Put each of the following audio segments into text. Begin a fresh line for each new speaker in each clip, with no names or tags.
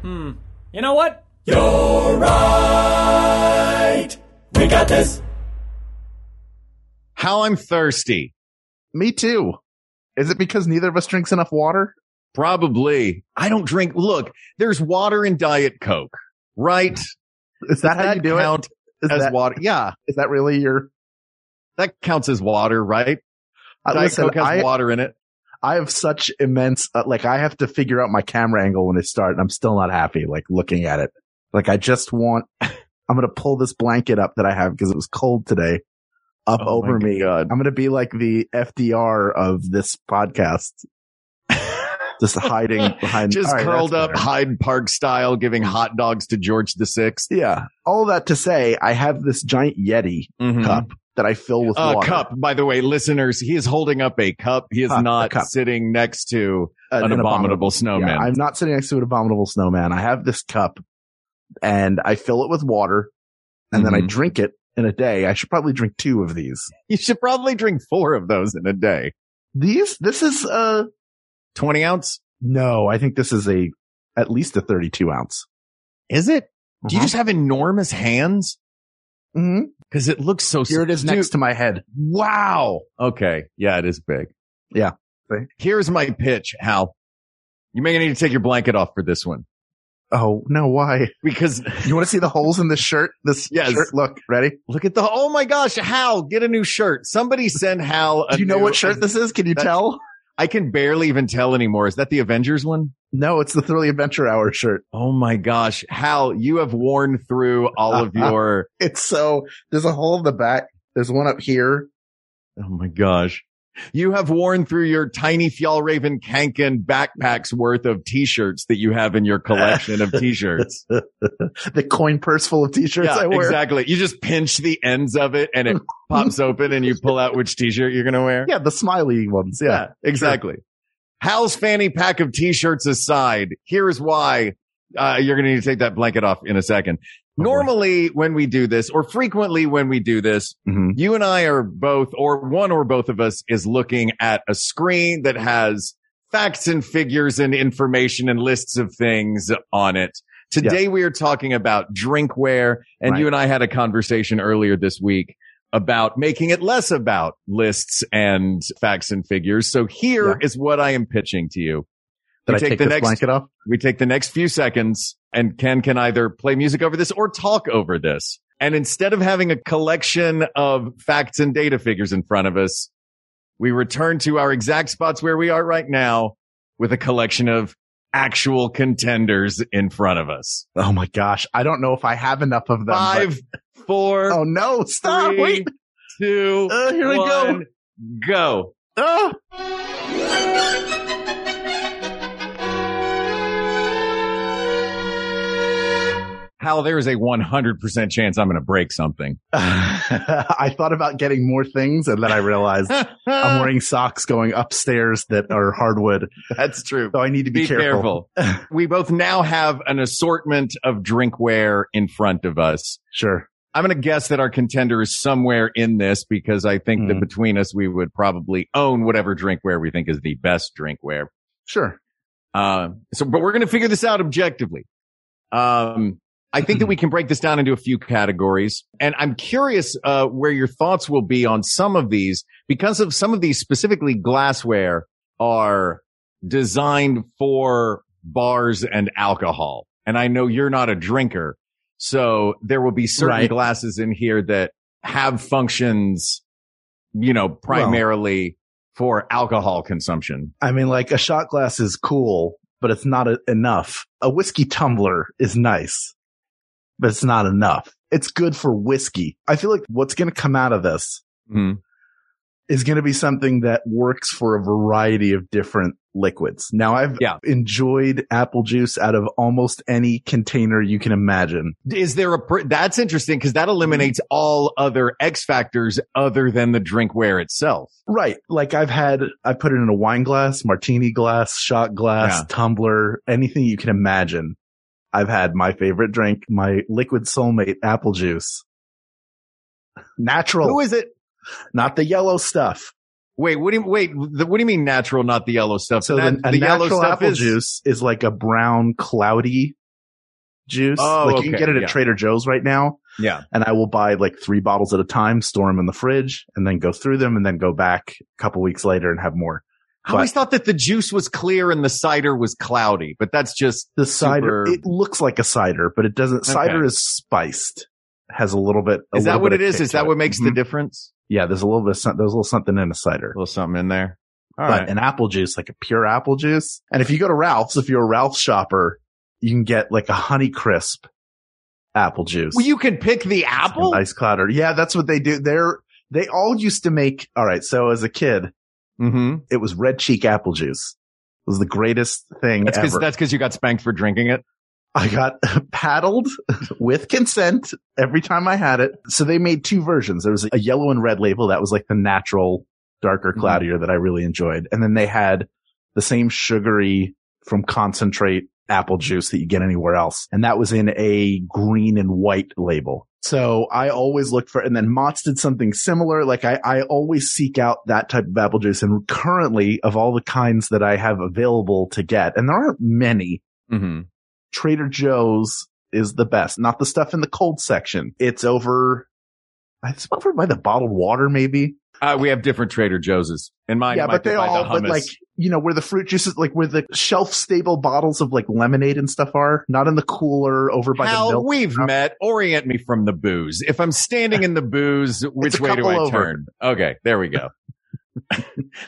Hmm. You know what? You're right. We got this.
How I'm thirsty.
Me too. Is it because neither of us drinks enough water?
Probably. I don't drink. Look, there's water in Diet Coke, right?
Is that, how you do
count
it? Is
as
that,
water. Yeah,
is that really your?
that counts as water, right?
Uh,
Diet
listen,
Coke has
I,
water in it.
I have such immense, uh, like I have to figure out my camera angle when I start and I'm still not happy, like looking at it. Like I just want, I'm going to pull this blanket up that I have because it was cold today up
Oh my
over me.
God.
I'm going to be like the FDR of this podcast, just hiding behind,
Just
All right,
curled
that's
up
better.
Hyde Park style, giving hot dogs to George the 6th
Yeah. All that to say, I have this giant Yeti cup that I fill with
Mm-hmm. Uh,
water.
cup, by the way, listeners, he is holding up a cup. He is
Huh, a
not
cup.
sitting next to
An-
an,
an
abominable,
Yeah,
snowman.
I'm not sitting next to an abominable snowman. I have this cup and I fill it with water and then I
Mhm.
drink it in a day. I should probably drink two of these.
you should probably drink four of those in a day.
These, this is, uh,
20 ounce?
no, I think this is a, at least a 32 ounce.
Is it? Do
Uh-huh.
you just have enormous hands?
hmm
Cause it looks so
Here it is
Dude,
next to my head.
Wow. Okay. Yeah, it is big.
Yeah.
Here's my pitch, Hal. You may need to take your blanket off for this one
Oh, no, why?
because
You want to see the holes in this shirt? This
Yes.
shirt, look, ready?
look at the, oh my gosh, Hal, get a new shirt. Somebody send Hal. A
Do you know
new-
what shirt this is? Can you
That's-
tell?
I can barely even tell anymore. Is that the Avengers one?
No, it's the Thrilly Adventure Hour shirt.
Oh my gosh. Hal, you have worn through all
Uh,
of your,
It's so there's a hole in the back. There's one up here.
oh my gosh. You have worn through your tiny Fjallraven Kanken backpacks worth of t-shirts that you have in your collection of t-shirts.
the coin purse full of t-shirts
yeah,
I wear.
exactly. You just pinch the ends of it and it pops open and you pull out which t-shirt you're going to wear.
Yeah, the smiley ones. Yeah.
exactly. Hal's fanny pack of t-shirts aside, here's why uh, you're going to need to take that blanket off in a second.
Oh, boy.
Normally when we do this or frequently when we do this,
Mhm.
you and I are both or one or both of us is looking at a screen that has facts and figures and information and lists of things on it. Today we are talking about drinkware and
Right.
you and I had a conversation earlier this week about making it less about lists and facts and figures. So here is
Yeah.
what I am pitching to you.
Did
We
I
take
take,
the
this
next-
blanket off?
We take the next few seconds and Ken can either play music over this or talk over this. And instead of having a collection of facts and data figures in front of us, we return to our exact spots where we are right now with a collection of actual contenders in front of us.
Oh my gosh. I don't know if I have enough of them. but-
Five, four,
oh no, stop.
three,
Wait.
two,
Uh, here we go.
one, go. Oh.
Ah.
Hal, there is a 100% chance I'm going to break something.
I thought about getting more things and then I realized I'm wearing socks going upstairs that are hardwood.
That's true.
So I need to be,
Be careful. we both now have an assortment of drinkware in front of us.
Sure.
I'm going to guess that our contender is somewhere in this because I think that
Mhm.
between us, we would probably own whatever drinkware we think is the best drinkware.
Sure.
Um, so, but we're going to figure this out objectively. Um, I think that we can break this down into a few categories, and I'm curious uh, where your thoughts will be on some of these because of some of these specifically glassware are designed for bars and alcohol, and I know you're not a drinker, so there will be certain
Right.
glasses in here that have functions, you know, primarily for alcohol consumption.
I mean, like a shot glass is cool, but it's not a- enough. A whiskey tumbler is nice, but it's not enough. It's good for whiskey. I feel like what's going to come out of this is going to be something that works for a variety of different liquids. Now I've
Yeah.
enjoyed apple juice out of almost any container you can imagine.
Is there a, per- that's interesting because that eliminates all other X factors other than the drinkware itself.
Right. Like I've had, I put it in a wine glass, martini glass, shot glass,
Yeah.
tumbler, anything you can imagine. I've had my favorite drink, my liquid soulmate apple juice. Natural,
Who is it?
not the yellow stuff.
Oh. Wait, what do you, wait, the, what do you mean natural, not the yellow stuff?
So
That-
then a natural apple juice is like a brown cloudy juice.
Oh,
like you
okay,
can get it at
yeah.
Trader Joe's right now.
Yeah.
And I will buy like three bottles at a time, store them in the fridge and then go through them and then go back a couple weeks later and have more.
I always thought that the juice was clear and the cider was cloudy, but that's just,
The cider,
Super-
it looks like a cider, but it doesn't,
Okay.
cider is spiced, has a little bit. a
is that
little
what
bit
it
of
is?
kick
Is
to
that
it.
what makes the
Mhm.
difference?
Yeah. There's a little bit, of some- there's a little something in a cider.
A little something in there. All
but
right.
an apple juice, like a pure apple juice. And if you go to Ralph's, if you're a Ralph's shopper, you can get like a honey crisp apple juice.
Well, you can pick the
It's like
apple.
a nice clouder. Yeah, that's what they do. They're, they all used to make, all right. So as a kid,
mm-hmm.
it was red cheek apple juice. It was the greatest thing
That's because
ever.
that's because you got spanked for drinking it.
I got paddled with consent every time I had it. So they made two versions. There was a yellow and red label that was like the natural, darker,
Mhm.
cloudier that I really enjoyed. And then they had the same sugary from concentrate apple juice that you get anywhere else. And that was in a green and white label. So I always looked for, and then Mott's did something similar. Like I, I always seek out that type of apple juice. And currently of all the kinds that I have available to get, and there aren't many,
Mm-hmm.
Trader Joe's is the best. Not the stuff in the cold section. It's over. It's over by the bottled water, maybe.
Uh, we have different Trader Joe's. In mine,
yeah,
might
but they
be by the
all, but
hummus.
like, you know, where the fruit juices, like where the shelf stable bottles of like lemonade and stuff are, not in the cooler over by
Hal,
the milk.
we've met. Orient me from the booze. If I'm standing in the booze, which
a
way do
couple
I
over.
turn? Okay, there we go.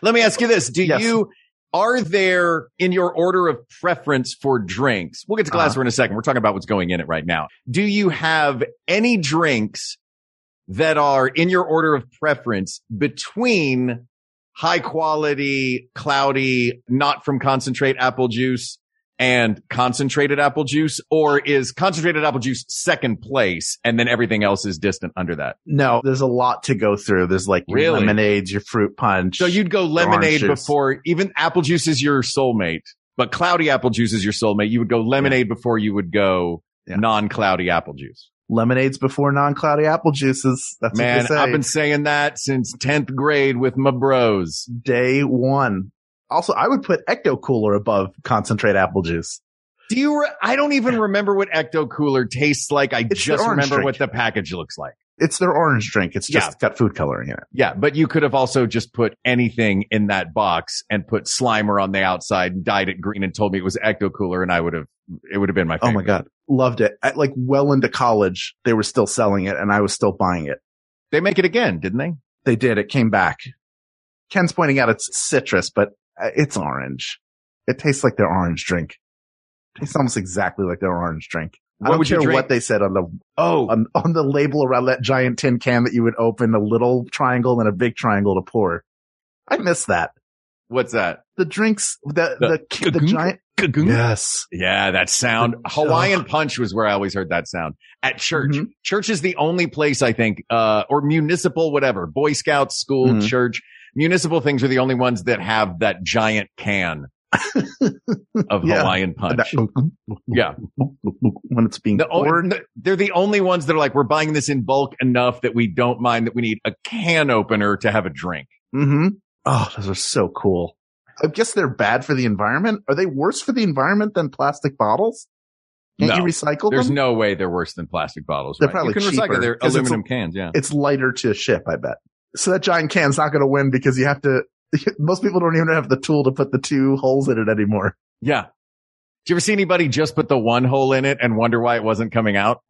Let me ask you this: Do
Yes.
you are there in your order of preference for drinks? We'll get to glassware in a second. We're talking about what's going in it right now. Do you have any drinks that are in your order of preference between high quality, cloudy, not from concentrate apple juice and concentrated apple juice? Or is concentrated apple juice second place and then everything else is distant under that?
No, there's a lot to go through. There's like your
Really?
lemonades, your fruit punch.
So you'd go lemonade
orange juice.
before even apple juice is your soulmate, but cloudy apple juice is your soulmate. You would go lemonade before you would go
Yeah.
non cloudy apple juice.
lemonades before non-cloudy apple juices. That's what
Man,
they say.
I've been saying that since 10th grade with my bros.
Day one. Also, I would put ecto cooler above concentrate apple juice.
Do you? Re- I don't even remember what Ecto Cooler tastes like. I
the
just
orange
remember
drink.
what the package looks like.
it's their orange drink. It's just got food coloring in it.
Yeah, but you could have also just put anything in that box and put Slimer on the outside, and dyed it green, and told me it was Ecto Cooler, and I would have. It would have been my.
Oh
Favorite.
my God. Loved it. At, like well into college, they were still selling it and I was still buying it.
They make it again, didn't they?
They did. It came back. Ken's pointing out it's citrus, but uh, it's orange. It tastes like their orange drink. tastes almost exactly like their orange drink. I
What
don't
would you
care
drink?
what they said on the
Oh,
on, on the label around that giant tin can that you would open a little triangle and a big triangle to pour. I miss that.
what's that?
The drinks, the
The
the the,
gunk?
giant. Yes,
Yeah, that sound. Hawaiian Punch was where I always heard that sound at church.
Mhm.
Church is the only place I think, uh, or municipal, whatever, Boy Scouts, school,
Mhm.
church, municipal things are the only ones that have that giant can of
Yeah.
Hawaiian Punch.
That-
Yeah.
When it's being
The o-
poured.
n- they're the only ones that are like, we're buying this in bulk enough that we don't mind that we need a can opener to have a drink.
Mm-hmm. Oh, those are so cool. I guess they're bad for the environment. Are they worse for the environment than plastic bottles? Can't
No.
you recycle
There's
them?
no way they're worse than plastic bottles.
They're
right?
probably
you can
cheaper,
recycle their
'cause it's
aluminum
a-
cans. Yeah.
it's lighter to ship, I bet. So that giant can's not going to win because you have to. Most people don't even have the tool to put the two holes in it anymore.
Yeah. Do you ever see anybody just put the one hole in it and wonder why it wasn't coming out?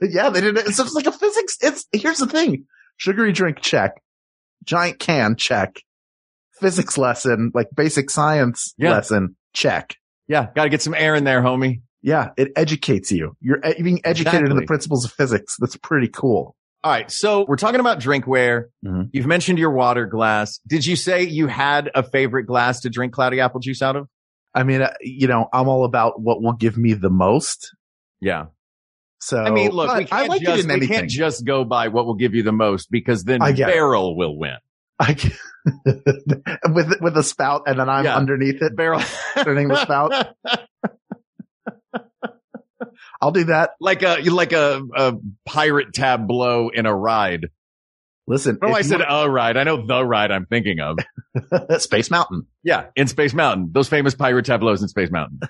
yeah, they didn't. It's just like a physics. It's here's the thing: sugary drink check, giant can check, physics lesson, like basic science
Yeah.
lesson check.
Yeah. Got to get some air in there, homie.
Yeah, it educates you. You're e- being educated in the
Exactly.
principles of physics. That's pretty cool.
All right. So we're talking about drinkware.
Mhm.
You've mentioned your water glass. Did you say you had a favorite glass to drink cloudy apple juice out of?
I mean, uh, you know, I'm all about what will give me the most.
Yeah.
So
I mean, look,
but
we can't,
I like
just,
it in
we
anything.
can't just go by what will give you the most because then
I get it.
barrel will win.
I can- with with a spout, and then I'm
Yeah.
underneath it,
Barrel.
turning the spout. I'll do that.
like a like a, a pirate tableau in a ride.
Listen,
No,
if
Oh, I
you
said a ride. I know the ride I'm thinking of.
want- Space Mountain.
Yeah, in Space Mountain, those famous pirate tableaus in Space Mountain.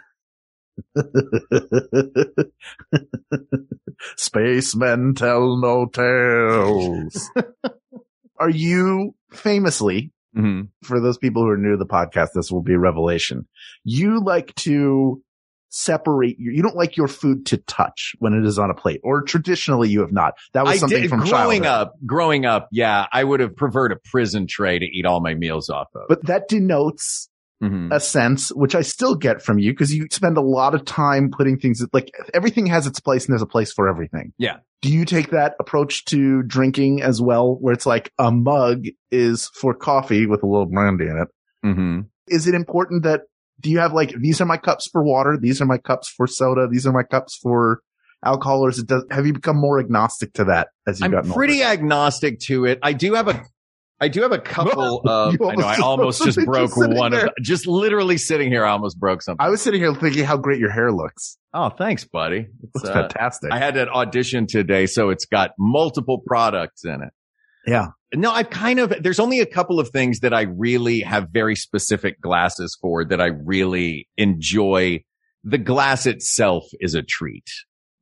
Spacemen tell no tales. are you famously,
hmm
for those people who are new to the podcast, this will be a revelation. You like to separate your, you don't like your food to touch when it is on a plate, or traditionally you have not. That was
I
something
did
from
growing
childhood.
up. Growing up, yeah, I would have preferred a prison tray to eat all my meals off of.
But that denotes
Mhm.
a sense, which I still get from you because you spend a lot of time putting things like everything has its place and there's a place for everything.
Yeah.
Do you take that approach to drinking as well, where it's like a mug is for coffee with a little brandy in it?
Mhm.
Is it important that do you have like these are my cups for water, these are my cups for soda, these are my cups for alcohol, or is it does, have you become more agnostic to that as you've gotten
I'm pretty
older?
agnostic to it. I do have a. I do have a couple of.
You
I know. I
almost
almost just
just
broke
sitting
one
there.
of. Just literally sitting here, I almost broke something.
I was sitting here thinking how great your hair looks.
Oh, thanks, buddy. It's,
It's
uh,
fantastic.
I had an audition today, so it's got multiple products in it.
Yeah.
No, I've kind of, there's only a couple of things that I really have very specific glasses for that I really enjoy. The glass itself is a treat.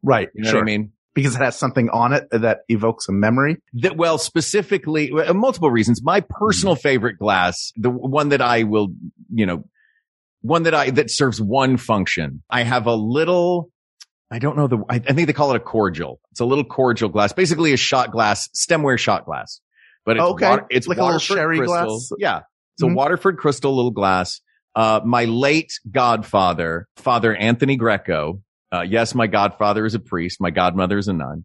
right.
You know
sure.
what I mean?
Because it has something on it that evokes a memory.
That, well, specifically, uh, multiple reasons. My personal
Mm-hmm.
favorite glass, the one that I will, you know, one that I, that serves one function. I have a little, I don't know the, I, I think they call it a cordial. It's a little cordial glass, basically a shot glass, stemware shot glass, but it's,
Okay.
water, it's
Like a little
Waterford
sherry
crystal.
glass?
Yeah. It's a
Mhm.
Waterford crystal little glass. Uh, my late godfather, Father Anthony Greco. Uh, yes, my godfather is a priest. My godmother is a nun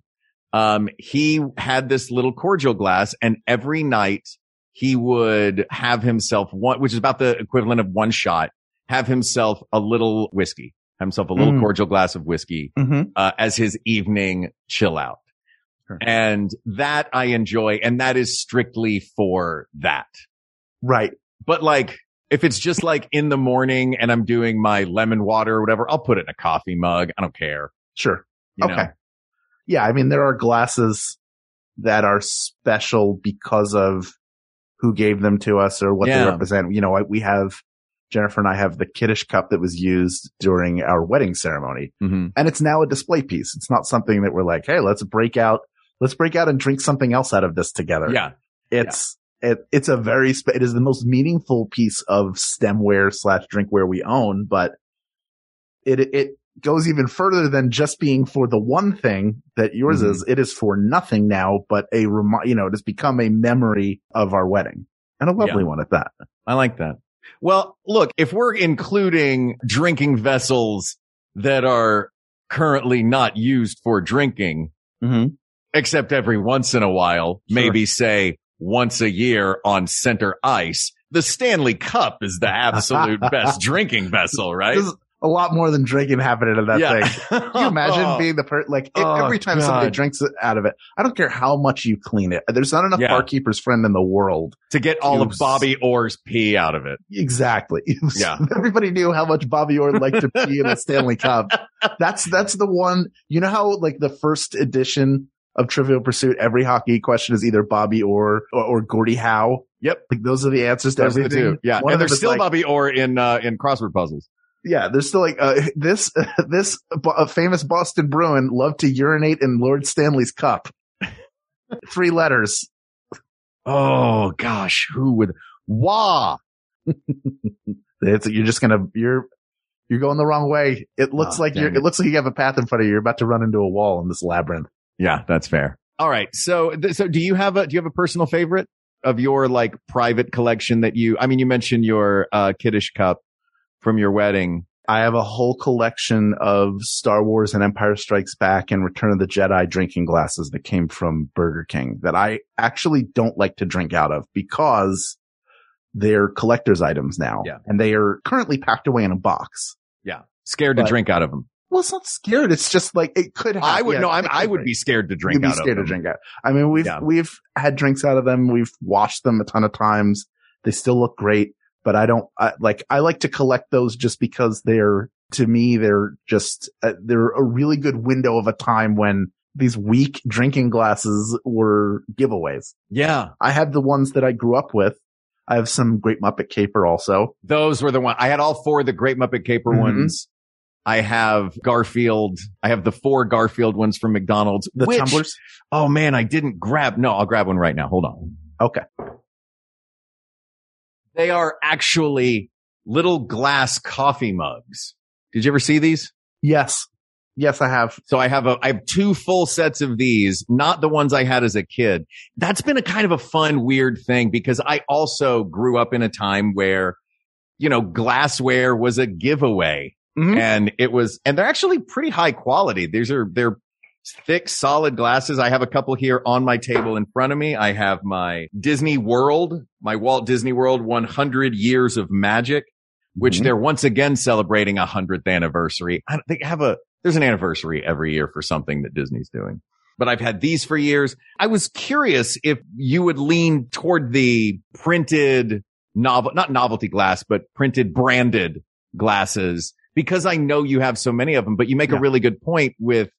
um, he had this little cordial glass and every night he would have himself one, which is about the equivalent of one shot, have himself a little whiskey, have himself a little
Mm.
cordial glass of whiskey,
Mm-hmm.
uh, as his evening chill out.
Sure.
And that I enjoy. And that is strictly for that.
Right.
But like, if it's just like in the morning and I'm doing my lemon water or whatever, I'll put it in a coffee mug. I don't care.
Sure.
You
okay.
know?
Yeah. I mean, there are glasses that are special because of who gave them to us or what
Yeah.
they represent. You know, I, we have Jennifer and I have the kiddish cup that was used during our wedding ceremony
Mhm.
and it's now a display piece. It's not something that we're like, Hey, let's break out, let's break out and drink something else out of this together.
Yeah.
It's, it, it's a very, sp- it is the most meaningful piece of stemware slash drinkware we own, but it, it goes even further than just being for the one thing that yours
Mhm.
is. It is for nothing now, but a remi- you know, it has become a memory of our wedding and a lovely one at that.
I like that. Well, look, if we're including drinking vessels that are currently not used for drinking, Mm-hmm.
Mhm.
except every once in a while,
Sure.
maybe say once a year on center ice, the Stanley Cup is the absolute best drinking vessel, right?
This is a lot more than drinking happening in that thing. Can you imagine being the per like e-
Oh,
every time somebody
God.
drinks it out of it? I don't care how much you clean it. There's not enough
Yeah.
barkeeper's friend in the world
to get all of
Cubes.
Bobby Orr's pee out of it.
Exactly.
Yeah.
Everybody knew how much Bobby Orr liked to pee in a Stanley Cup. That's that's the one. You know how like the first edition of Trivial Pursuit, every hockey question is either Bobby Orr or, or Gordie Howe.
Yep.
Like those are the answers to
Those are the
everything.
two.
One of
Yeah. and
them
there's
is
still
like-
Bobby Orr in, uh, in crossword puzzles.
Yeah, there's still like uh, this this bo- uh, famous Boston Bruin loved to urinate in Lord Stanley's cup. Three letters.
Oh gosh. Who would? Wah.
It's, you're just gonna you're you're going the wrong way. It looks
Ah,
like you're,
dang
it. looks like you have a path in front of you. You're about to run into a wall in this labyrinth.
Yeah, that's fair. All right. So, th- so do you have a do you have a personal favorite of your like private collection that you? I mean, you mentioned your uh, kiddish cup from your wedding.
I have a whole collection of Star Wars and Empire Strikes Back and Return of the Jedi drinking glasses that came from Burger King that I actually don't like to drink out of because they're collector's items now.
Yeah.
And they are currently packed away in a box.
Scared
But-
to drink out of them.
Well, it's not scared. It's just like it could happen.
I would
Yeah,
no. I'm,
it
I
could
would be scared to drink
You'd be
out
scared
of
to
them.
drink out. I mean, we've
Yeah.
we've had drinks out of them. We've washed them a ton of times. They still look great, but I don't I, like. I like to collect those just because they're to me they're just uh, they're a really good window of a time when these weak drinking glasses were giveaways.
Yeah,
I had the ones that I grew up with. I have some Great Muppet Caper also.
those were the one. I had all four of the Great Muppet Caper
Mhm.
ones. I have Garfield. I have the four Garfield ones from McDonald's.
The
which-
tumblers.
Oh man, I didn't grab. No, I'll grab one right now. Hold on.
Okay.
They are actually little glass coffee mugs. Did you ever see these?
Yes. Yes, I have.
So I have a, I have two full sets of these, not the ones I had as a kid. That's been a kind of a fun, weird thing because I also grew up in a time where, you know, glassware was a giveaway
Mhm.
and it was, and they're actually pretty high quality. These are, they're thick, solid glasses. I have a couple here on my table in front of me. I have my Disney World, my Walt Disney World 100 years of magic, which
Mhm.
they're once again celebrating a hundredth anniversary. I don't think I have a, there's an anniversary every year for something that Disney's doing. But I've had these for years. I was curious if you would lean toward the printed novel, not novelty glass, but printed branded glasses because I know you have so many of them, but you make
Yeah.
a really good point with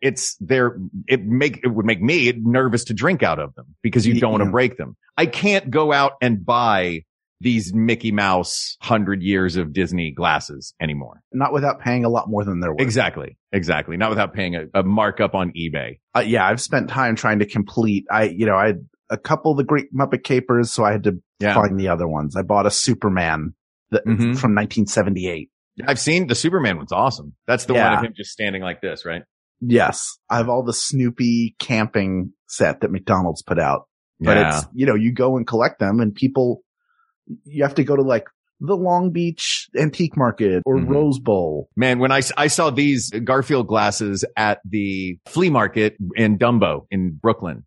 it's there. It make, it would make me nervous to drink out of them because you don't want to
Yeah.
break them. I can't go out and buy these Mickey Mouse hundred years of Disney glasses anymore.
Not without paying a lot more than they're worth.
Exactly. Exactly. Not without paying a, a markup on eBay.
uh, yeah, I've spent time trying to complete. I, you know, I had a couple of the Great Muppet Capers, so I had to
Yeah.
find the other ones. I bought a Superman that,
Mhm.
from 1978.
I've seen the Superman one's awesome. That's the
Yeah.
one of him just standing like this, right?
Yes, I have all the Snoopy camping set that McDonald's put out. But it's you know, you go and collect them, and people, you have to go to like the Long Beach Antique Market or
Mhm.
Rose Bowl.
man, when I, s- I saw these Garfield glasses at the flea market in Dumbo in Brooklyn.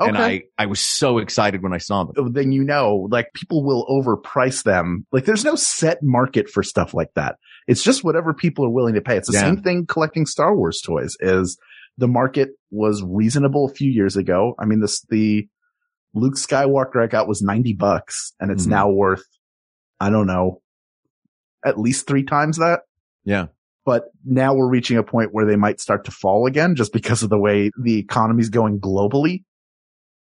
Okay.
And I, I was so excited when I saw them.
then you know, like people will overprice them. Like there's no set market for stuff like that. It's just whatever people are willing to pay. It's the
Yeah.
same thing collecting Star Wars toys is the market was reasonable a few years ago. I mean, this, the Luke Skywalker I got was 90 bucks and it's
Mhm.
now worth, I don't know, at least three times that.
Yeah.
But now we're reaching a point where they might start to fall again just because of the way the economy's going globally.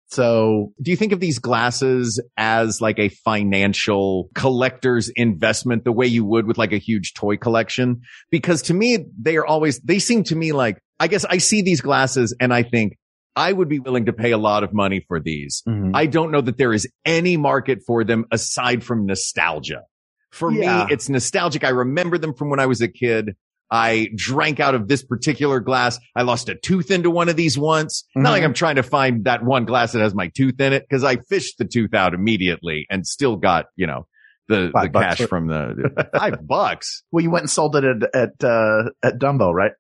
So
Do you think of these glasses as like a financial collector's investment the way you would with like a huge toy collection? Because to me, they are always, they seem to me like, I guess I see these glasses and I think I would be willing to pay a lot of money for these.
Mm-hmm.
I don't know that there is any market for them aside from nostalgia. For
Yeah.
me, it's nostalgic. I remember them from when I was a kid. I drank out of this particular glass. I lost a tooth into one of these once. Not like
Mhm.
I'm trying to find that one glass that has my tooth in it because I fished the tooth out immediately and still got, you know, the, the
Five bucks
cash
for-
from the five bucks.
Well, you went and sold it at at, uh, at Dumbo, right?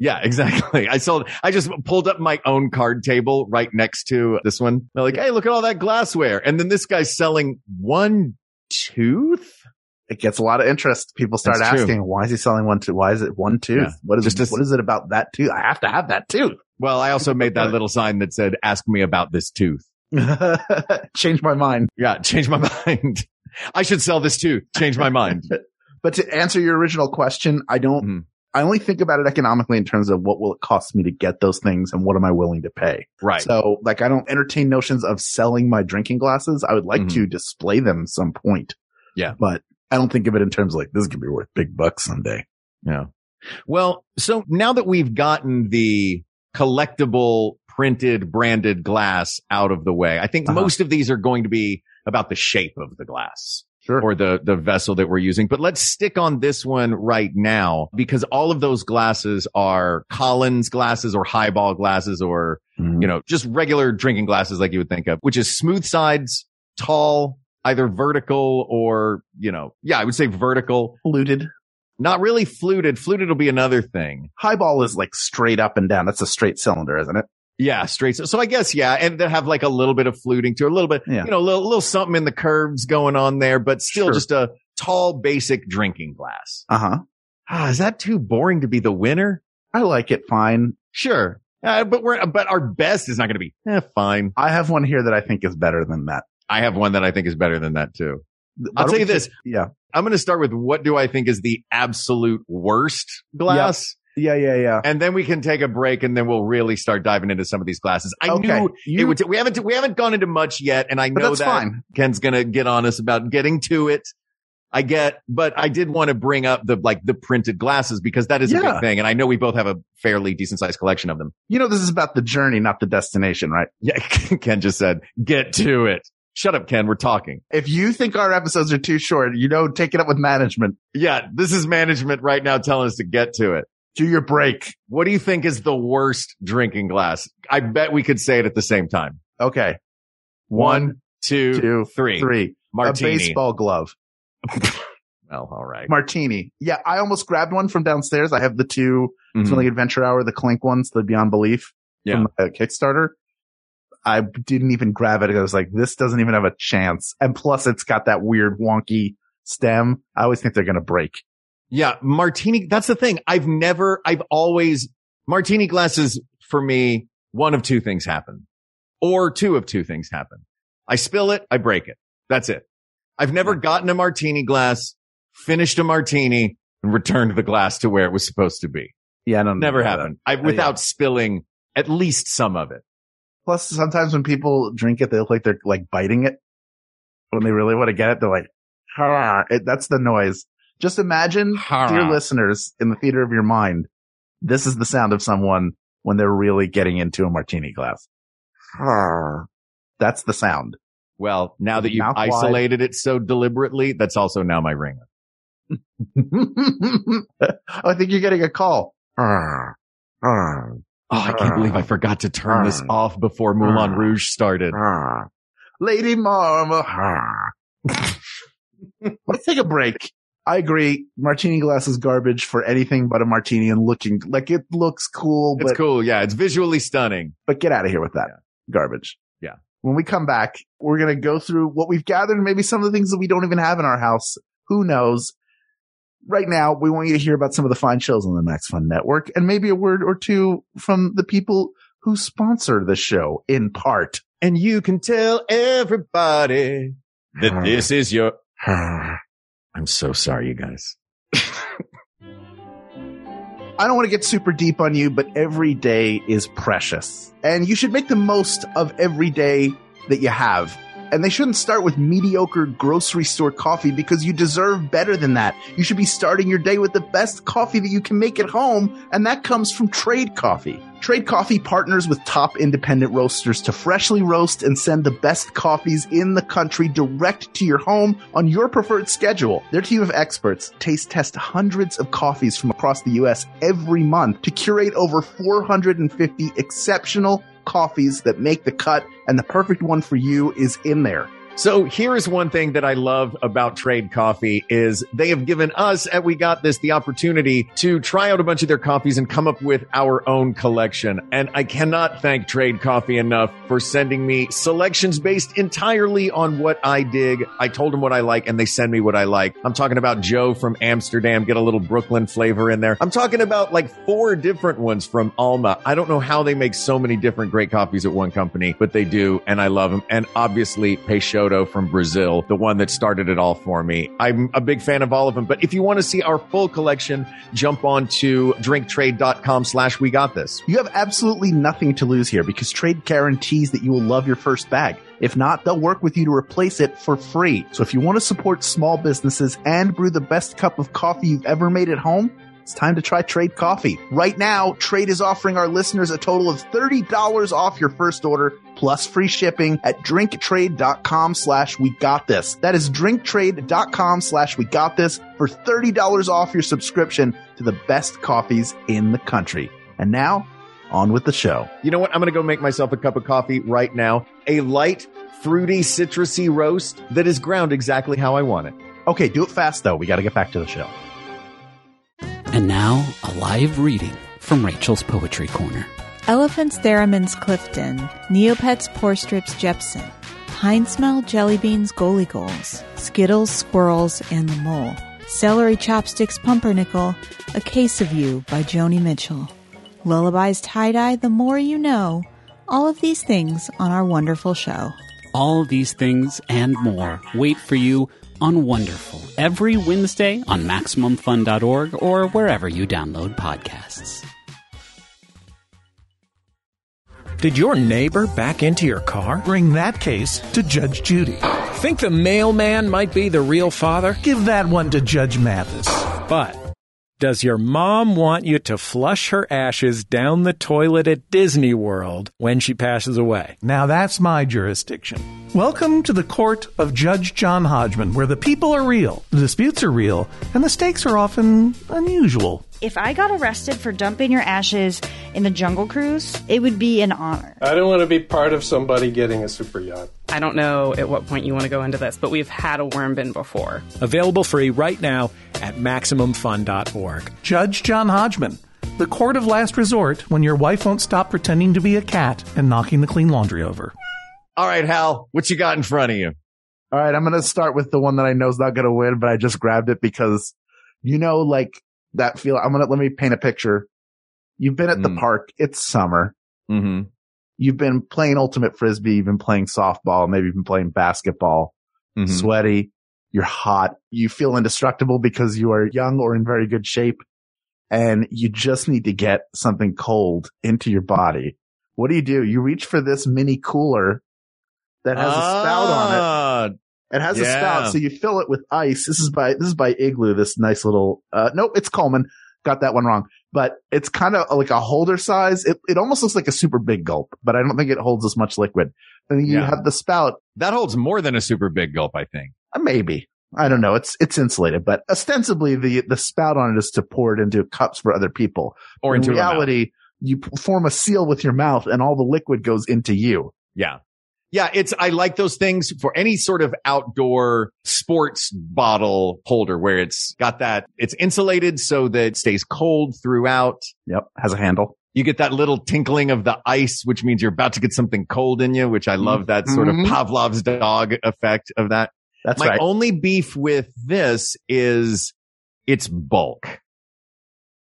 Yeah, exactly. I sold, I just pulled up my own card table right next to this one. They're like, Hey, look at all that glassware. And then this guy's selling one tooth,
It gets a lot of interest. People start
That's true.
asking, "Why is he selling one tooth? Why is it one tooth?
Yeah.
What is
Just as-
what is it about that tooth? I have to have that tooth."
Well, I also made that little sign that said, ask me about this tooth.
Change my mind.
Yeah. Change my mind. I should sell this tooth. Change my mind.
But to answer your original question, I don't.
Mhm.
I only think about it economically in terms of what will it cost me to get those things and what am I willing to pay.
Right.
So, like, I don't entertain notions of selling my drinking glasses. I would like
Mhm.
to display them at some point.
Yeah.
but I don't think of it in terms of like this could be worth big bucks someday.
Yeah. Well, so now that we've gotten the collectible printed branded glass out of the way, I think
Uh-huh.
most of these are going to be about the shape of the glass.
Sure.
Or the, the vessel that we're using. But let's stick on this one right now because all of those glasses are Collins glasses or highball glasses or, you know, just regular drinking glasses like you would think of, which is smooth sides, tall, either vertical or, you know, yeah, I would say vertical
polluted.
Not really fluted. Fluted will be another thing.
Highball is like straight up and down. That's a straight cylinder, isn't it?
Yeah, straight. So, so I guess, yeah. And they have like a little bit of fluting to a little bit,
Yeah.
you know, a little, little something in the curves going on there, but still
Sure.
just a tall, basic drinking glass.
Uh huh.
Ah, is that too boring to be the winner?
I like it fine.
Sure. Uh, but we're, but our best is not going to be, eh, fine.
I have one here that I think is better than that.
I have one that I think is better than that too.
Why
I'll
don't
tell you
we
this.
just- yeah.
I'm going to start with what do I think is the absolute worst glass?
Yeah. Yeah. Yeah.
And then we can take a break and then we'll really start diving into some of these glasses. I
Okay.
knew it would, we haven't, we haven't gone into much yet. And I
But
know
that's
that
fine.
Ken's going to get on us about getting to it. I get, but I did want to bring up the, like the printed glasses because that is a
Yeah.
big thing. And I know we both have a fairly decent sized collection of them.
You know, this is about the journey, not the destination, right?
Yeah. Ken just said, get to it. Shut up, Ken. We're talking.
If you think our episodes are too short, you know, take it up with management.
Yeah. This is management right now telling us to get to it.
Do your break.
What do you think is the worst drinking glass? I bet we could say it at the same time.
Okay.
One, two, three.
two, three.
Martini.
A baseball glove.
Oh, all right.
Martini. Yeah. I almost grabbed one from downstairs. I have the two
Mhm.
Smelling Adventure Hour, the Clink ones, the Beyond Belief
Yeah.
from the Kickstarter. I didn't even grab it. I was like, this doesn't even have a chance. And plus, it's got that weird wonky stem. I always think they're going to break.
Yeah. Martini. That's the thing. I've never, I've always, martini glasses for me, one of two things happen or two of two things happen. I spill it. I break it. That's it. I've never gotten a martini glass, finished a martini and returned the glass to where it was supposed to be.
Yeah, I don't know
Never
about
happened. I,
yeah.
without spilling at least some of it.
that. Plus, sometimes when people drink it, they look like they're like biting it. When they really want to get it, they're like, "Hurrah." it, that's the noise. Just imagine, dear listeners, in the theater of your mind, this is the sound of someone when they're really getting into a martini glass. Hurrah. That's the sound.
Well, now that you've
Mouth wide.
isolated it so deliberately, that's also now my ringer.
I think you're getting a call.
Oh, I can't believe I forgot to turn this
Mm.
off before Moulin Rouge started.
Lady Marvel. Let's take a break. I agree. Martini glass is garbage for anything but a martini and looking like it looks cool,
It's
but,
cool. Yeah. It's visually stunning.
but get out of here with that garbage.
Yeah.
When we come back, we're going to go through what we've gathered, maybe some of the things that we don't even have in our house. Who knows? Right now, we want you to hear about some of the fine shows on the Max Fun Network and maybe a word or two from the people who sponsor the show in part.
And you can tell everybody that this is your. I'm so sorry, you guys.
I don't want to get super deep on you, but every day is precious. And you should make the most of every day that you have. And they shouldn't start with mediocre grocery store coffee because you deserve better than that. You should be starting your day with the best coffee that you can make at home, and that comes from Trade Coffee. Trade Coffee partners with top independent roasters to freshly roast and send the best coffees in the country direct to your home on your preferred schedule. Their team of experts taste test hundreds of coffees from across the US every month to curate over 450 exceptional coffees that make the cut, and the perfect one for you is in there.
So here is one thing that I love about Trade Coffee is they have given us at We Got This the opportunity to try out a bunch of their coffees and come up with our own collection. And I cannot thank Trade Coffee enough for sending me selections based entirely on what I dig. I told them what I like and they send me what I like. I'm talking about Joe from Amsterdam, get a little Brooklyn flavor in there. I'm talking about like four different ones from Alma. I don't know how they make so many different great coffees at one company, but they do, and I love them. And obviously, Peixoto from Brazil, the one that started it all for me. I'm a big fan of all of them. But if you want to see our full collection, jump on to drinktrade.com slash we got this.
You have absolutely nothing to lose here because trade guarantees that you will love your first bag. If not, they'll work with you to replace it for free. So if you want to support small businesses and brew the best cup of coffee you've ever made at home, it's time to try Trade Coffee. Right now, Trade is offering our listeners a total of $30 off your first order plus free shipping at drinktrade.com slash we got this. That is drinktrade.com slash we got this for $30 off your subscription to the best coffees in the country. And now, on with the show.
You know what? I'm going to go make myself a cup of coffee right now. A light, fruity, citrusy roast that is ground exactly how I want it.
Okay, do it fast though. We got to get back to the show.
And now, a live reading from Rachel's Poetry Corner.
Elephants Theremin's Clifton, Neopets Porstrips Jepson, Pine Smell Jellybeans Goalie Goals, Skittles Squirrels and the Mole, Celery Chopsticks Pumpernickel, A Case of You by Joni Mitchell, Lullabies Tie Dye The More You Know, all of these things on our wonderful show.
All these things and more wait for you on Wonderful every Wednesday on MaximumFun.org or wherever you download podcasts.
Did your neighbor back into your car?
Bring that case to Judge Judy.
Think the mailman might be the real father?
Give that one to Judge Mathis.
But does your mom want you to flush her ashes down the toilet at Disney World when she passes away?
Now that's my jurisdiction. Welcome to the court of Judge John Hodgman, where the people are real, the disputes are real, and the stakes are often unusual.
If I got arrested for dumping your ashes in the Jungle Cruise, it would be an honor.
I don't want to be part of somebody getting a super yacht.
I don't know at what point you want to go into this, but we've had a worm bin before.
Available free right now at MaximumFun.org.
Judge John Hodgman, the court of last resort when your wife won't stop pretending to be a cat and knocking the clean laundry over.
All right, Hal, what you got in front of you?
All right, I'm going to start with the one that I know is not going to win, but I just grabbed it because, you know, like that feel. I'm going to let me paint a picture. You've been at the
Mm.
park. It's summer.
Mm-hmm.
You've been playing ultimate frisbee. You've been playing softball. Maybe you've been playing basketball.
Mm-hmm.
Mm-hmm.
sweaty, you're hot, you feel indestructible because you are young or in very good shape, and you just need to get something cold into your body. What do you do? You reach for this mini cooler that has a spout on it.
on it.
It has a
yeah.
spout, so you fill it with ice. This is by this is by Igloo. This nice little uh nope, it's Coleman. Got that one wrong, but it's kind of like a holder size. It it almost looks like a super big gulp, but I don't think it holds as much liquid. And you
Yeah.
have the spout
That holds more than a super big gulp, I think.
uh, maybe I don't know. It's it's insulated, but ostensibly the the spout on it is to pour it into cups for other people.
Or
in
into a mouth.
reality, you p- form a seal with your mouth, and all the liquid goes into you.
Yeah. Yeah. It's, I like those things for any sort of outdoor sports bottle holder where it's got that, it's insulated so that it stays cold throughout.
Yep, has a handle.
You get that little tinkling of the ice, which means you're about to get something cold in you, which I love that sort
Mhm.
of Pavlov's dog effect of that.
That's
My
right.
only beef with this is its bulk.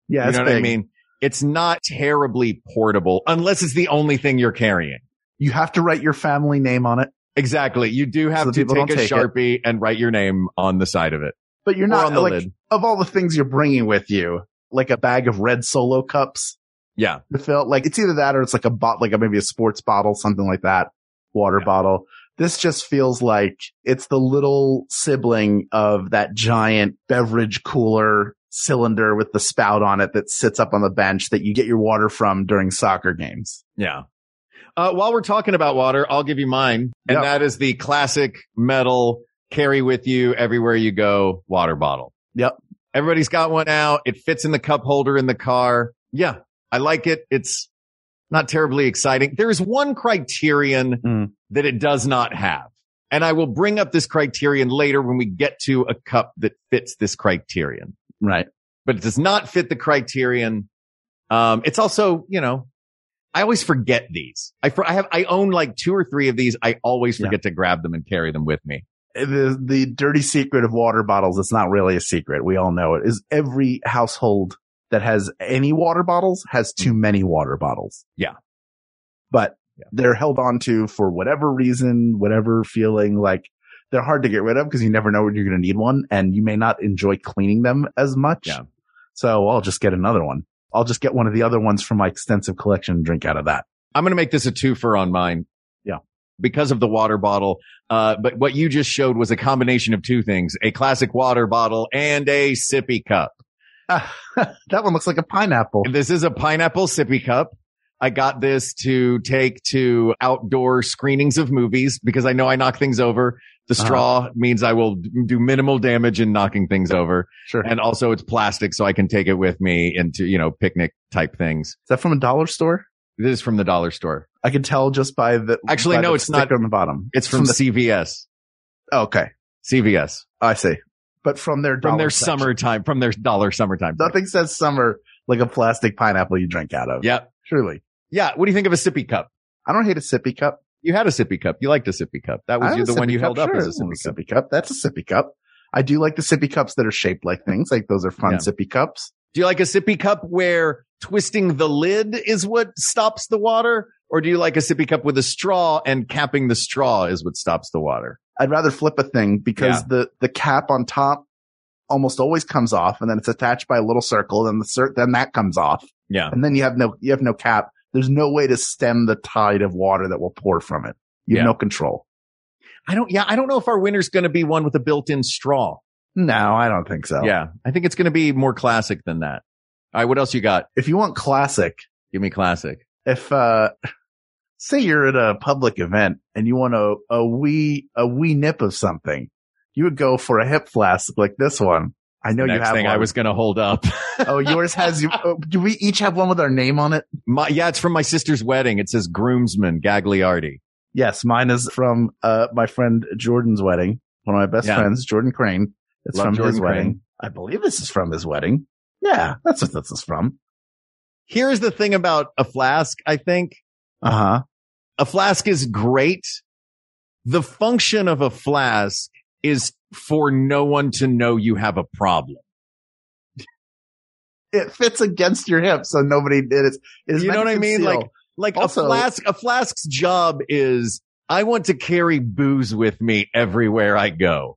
yeah,
you
it's
know what I
big.
mean? It's not terribly portable unless it's the only thing you're carrying.
You have to write your family name on it,
Exactly. You do have
So
to
people
take a
don't take it.
sharpie and write your name on the side of it.
but you're
Or
not
on the
like
lid.
of all the things you're bringing with you, like a bag of red Solo cups.
Yeah.
to fill. Like it's either that or it's like a bot, like a, maybe a sports bottle, something like that, water bottle. This just feels like it's the little sibling of that giant beverage cooler cylinder with the spout on it that sits up on the bench that you get your water from during soccer games.
Yeah. Uh, while we're talking about water, I'll give you mine. And
Yep.
that is the classic metal carry with you everywhere you go water bottle.
Yep.
Everybody's got one now. It fits in the cup holder in the car. Yeah. I like it. It's not terribly exciting. There is one criterion
Mm.
that it does not have. And I will bring up this criterion later when we get to a cup that fits this criterion
Right.
but it does not fit the criterion. Um, it's also, you know, I always forget these. I, for, I have, I own like two or three of these. I always
Yeah.
forget to grab them and carry them with me.
The, the dirty secret of water bottles. It's not really a secret. We all know it is every household that has any water bottles has too many water bottles.
Mm. Yeah.
But
Yeah.
they're held onto for whatever reason, whatever feeling like they're hard to get rid of because you never know when you're going to need one and you may not enjoy cleaning them as much.
Yeah.
So I'll just get another one. I'll just get one of the other ones from my extensive collection and drink out of that.
I'm going to make this a twofer on mine.
Yeah.
Because of the water bottle. Uh, but what you just showed was a combination of two things, a classic water bottle and a sippy cup.
that one looks like a pineapple.
This is a pineapple sippy cup. I got this to take to outdoor screenings of movies because I know I knock things over. The
Uh-huh.
straw means I will d- do minimal damage in knocking things over.
Sure.
And also it's plastic so I can take it with me into, you know, picnic type things.
is that from a dollar store?
This is from the dollar store.
I can tell just by the
Actually,
by
no,
the
it's not.
sticker on the bottom.
It's from,
the
CVS.
okay.
CVS.
I see. but from their
from
dollar
their
section.
summertime, from their dollar summertime.
Nothing says summer like a plastic pineapple you drink out of.
Yep.
Truly.
Yeah. What do you think of a sippy cup?
I don't hate a sippy cup.
You had a sippy cup. You liked a sippy cup. That was
I
you-
have
the
a
one
sippy
you
cup,
held up
sure.
as a sippy cup.
sippy cup. That's a sippy cup. I do like the sippy cups that are shaped like things. Like those are fun
Yeah.
sippy cups.
Do you like a sippy cup where twisting the lid is what stops the water? Or do you like a sippy cup with a straw and capping the straw is what stops the water?
I'd rather flip a thing because
Yeah.
the, the cap on top almost always comes off and then it's attached by a little circle and the cir- then that comes off.
Yeah.
And then you have no, you have no cap. There's no way to stem the tide of water that will pour from it. You have
Yeah.
no control.
I don't, yeah, I don't know if our winner's going to be one with a built in straw.
No, I don't think so.
Yeah. I think it's going to be more classic than that. All right. What else you got?
If you want classic,
Give me classic.
if uh say you're at a public event and you want a a wee a wee nip of something, you would go for a hip flask like this one. I know you
Next
have
thing
one.
I was going to hold up.
oh, yours has you. Oh, do we each have one with our name on it?
My, yeah, it's from my sister's wedding. It says groomsman Gagliardi.
Yes, mine is from uh my friend Jordan's wedding. One of my best
Yeah.
friends, Jordan Crane. It's
Love
from his
Jordan Crane.
wedding. I believe this is from his wedding. Yeah, that's what this is from.
Here's the thing about a flask. I think
Uh huh.
a flask is great. The function of a flask is for no one to know you have a problem.
It fits against your hip, so nobody did it. it is
You
meant
know
to
what I mean? Like,
conceal.
like
Also-
a flask, a flask's job is I want to carry booze with me everywhere I go.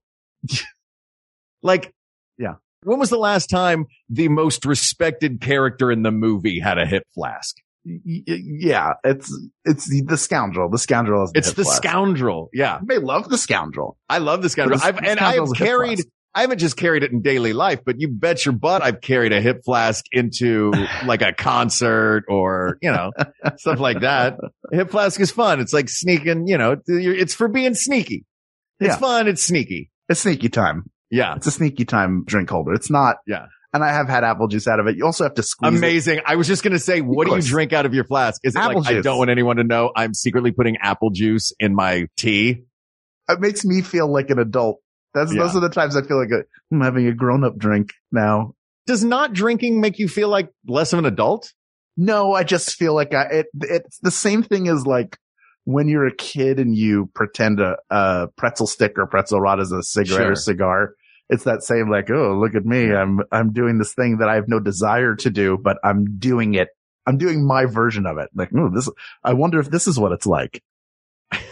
like,
Yeah.
When was the last time the most respected character in the movie had a hip flask?
Y- y- yeah, it's it's the, the scoundrel. The scoundrel is.
It's
hip
the
flask.
scoundrel. Yeah.
They love the scoundrel.
I love this scoundrel.
But
I've,
the
and I have
scoundrel's a hip
carried,
flask.
I haven't just carried it in daily life, but you bet your butt I've carried a hip flask into like a concert or, you know, stuff like that. A hip flask is fun. It's like sneaking, you know, it's for being sneaky. It's
Yeah.
fun. It's sneaky.
It's sneaky time.
Yeah.
It's a sneaky time drink holder. It's not.
Yeah.
And I have had apple juice out of it. You also have to squeeze. It.
Amazing. I was just going to say, what do you
course.
drink out of your flask? Is it
Apple
like, I
juice.
don't want anyone to know I'm secretly putting apple juice in my tea?
It makes me feel like an adult. That's
Yeah.
those are the times I feel like a, I'm having a grown up drink now.
Does not drinking make you feel like less of an adult?
No, I just feel like I. It, it's the same thing as like when you're a kid and you pretend a, a pretzel stick or pretzel rod is a cigarette
Sure.
or cigar. It's that same like, oh, look at me. I'm I'm doing this thing that I have no desire to do, but I'm doing it. I'm doing my version of it. Like, oh, this. I wonder if this is what it's like. it's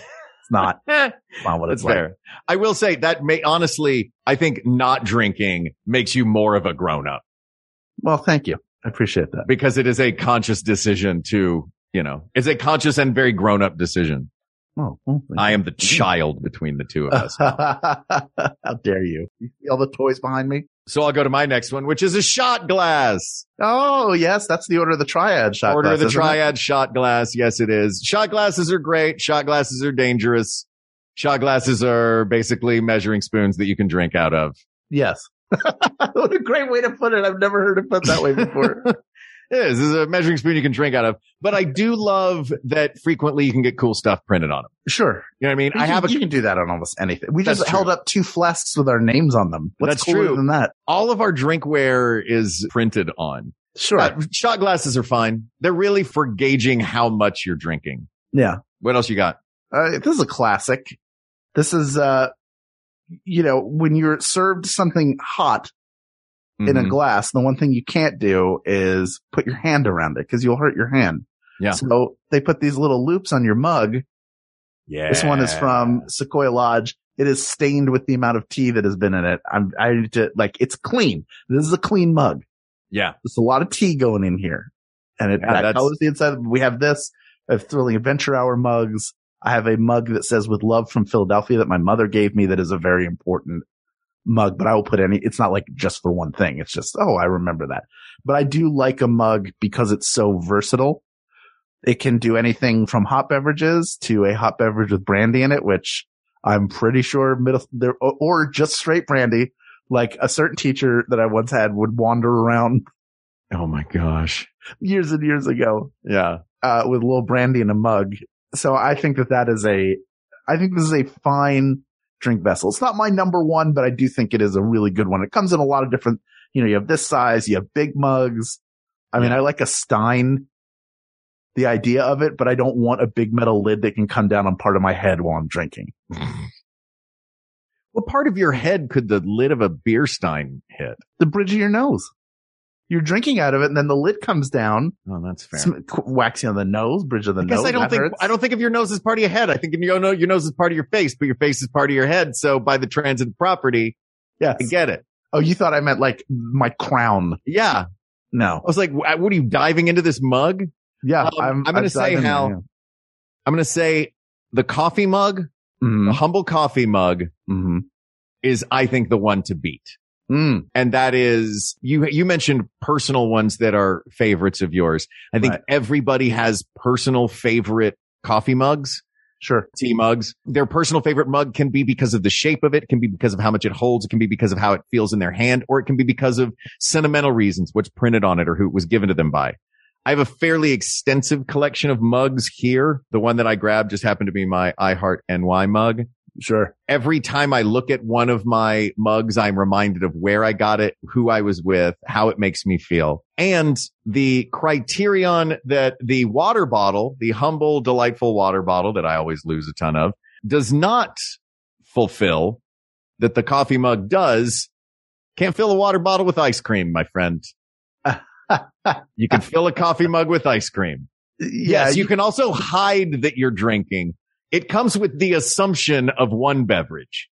not. It's not what it's
That's
like.
fair. I will say that may honestly, I think not drinking makes you more of a grown up
Well, thank you. I appreciate that.
because it is a conscious decision to, you know, it's a conscious and very grown up decision.
Oh, well, thank
I
you.
am the child between the two of us.
How dare you? You see all the toys behind me?
so I'll go to my next one, which is a shot glass.
Oh, yes, that's the order of the triad shot.
Order
glass,
of the
isn't it?
triad shot glass. Yes, it is. Shot glasses are great. Shot glasses are dangerous. Shot glasses are basically measuring spoons that you can drink out of.
Yes. what a great way to put it. I've never heard it put that way before.
It is. This is a measuring spoon you can drink out of. But I do love that frequently you can get cool stuff printed on them.
sure.
You know what I mean?
You
I
can-
have a,
you can do that on almost anything. We
That's
just held
true.
up two flasks with our names on them. What's
That's
cooler
true.
than that?
all of our drinkware is printed on.
Sure.
Uh, shot glasses are fine. They're really for gauging how much you're drinking.
yeah.
What else you got?
Uh, this is a classic. This is, uh, you know, when you're served something hot, in a
Mhm.
glass, the one thing you can't do is put your hand around it because you'll hurt your hand.
Yeah.
So they put these little loops on your mug.
yeah.
This one is from Sequoia Lodge. It is stained with the amount of tea that has been in it. I'm, I need to like, it's clean. This is a clean mug.
Yeah.
There's a lot of tea going in here and it
Yeah,
that
that's-
colors the inside. We have this of thrilling adventure hour mugs. I have a mug that says with love from Philadelphia that my mother gave me. That is a very important mug, but I will put any, it's not like just for one thing. It's just, oh, I remember that. But I do like a mug because it's so versatile. It can do anything from hot beverages to a hot beverage with brandy in it, which I'm pretty sure middle there, or- or just straight brandy. Like a certain teacher that I once had would wander around
Oh my gosh.
years and years ago
Yeah.
uh, with a little brandy in a mug. So I think that that is a, I think this is a fine drink vessel. It's not my number one, but I do think it is a really good one. It comes in a lot of different, you know, you have this size, you have big mugs. I mean, I like a Stein, the idea of it, but I don't want a big metal lid that can come down on part of my head while I'm drinking.
What part of your head could the lid of a beer stein hit?
The bridge of your nose. You're drinking out of it and then the lid comes down.
Oh, that's fair.
Sm- qu- waxy on the nose, bridge of the
I guess
nose.
I don't
that
think
hurts.
I don't think of your nose as part of your head. I think you know your nose is part of your face, but your face is part of your head. So by the transitive property,
Yes.
I get it.
Oh, you thought I meant like my crown.
Yeah,
No.
I was like, "Wha- what are you diving into this mug?
Yeah.
Um, I'm,
I've
going to say
dived in there,
how
yeah.
I'm going to say the coffee mug, the
Mhm.
humble coffee mug
Mhm.
is I think the one to beat.
Mm.
And that is you, you mentioned personal ones that are favorites of yours. I think
Right.
everybody has personal favorite coffee mugs.
Sure.
Tea mugs. Their personal favorite mug can be because of the shape of it, can be because of how much it holds, it can be because of how it feels in their hand, or it can be because of sentimental reasons, what's printed on it or who it was given to them by. I have a fairly extensive collection of mugs here. The one that I grabbed just happened to be my I Heart NY mug.
Sure.
Every time I look at one of my mugs, I'm reminded of where I got it, who I was with, how it makes me feel. And the criterion that the water bottle, the humble, delightful water bottle that I always lose a ton of does not fulfill that the coffee mug does. Can't fill a water bottle with ice cream, my friend. you can fill a coffee mug with ice cream.
Yeah.
yes, you can also hide that you're drinking. It comes with the assumption of one beverage.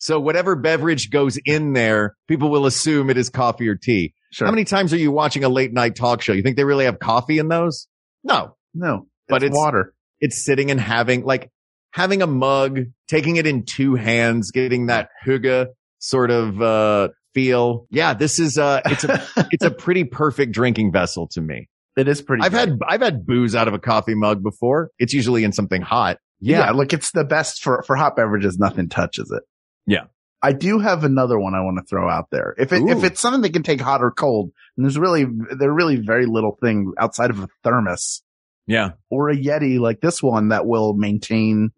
So whatever beverage goes in there, people will assume it is coffee or tea.
sure.
How many times are you watching a late night talk show? You think they really have coffee in those? No,
No.
But it's-
water.
it's sitting and having like having a mug, taking it in two hands, getting that hygge sort of, uh, feel. Yeah, this is, uh, it's a, it's a pretty perfect drinking vessel to me.
It is pretty.
I've
good.
had I've had booze out of a coffee mug before. It's usually in something hot.
Yeah, like it's the best for for hot beverages. Nothing touches it.
Yeah.
I do have another one I want to throw out there. If it, if
Ooh.
it's something that can take hot or cold, and there's really there are really very little thing outside of a thermos
yeah.
or a Yeti like this one that will maintain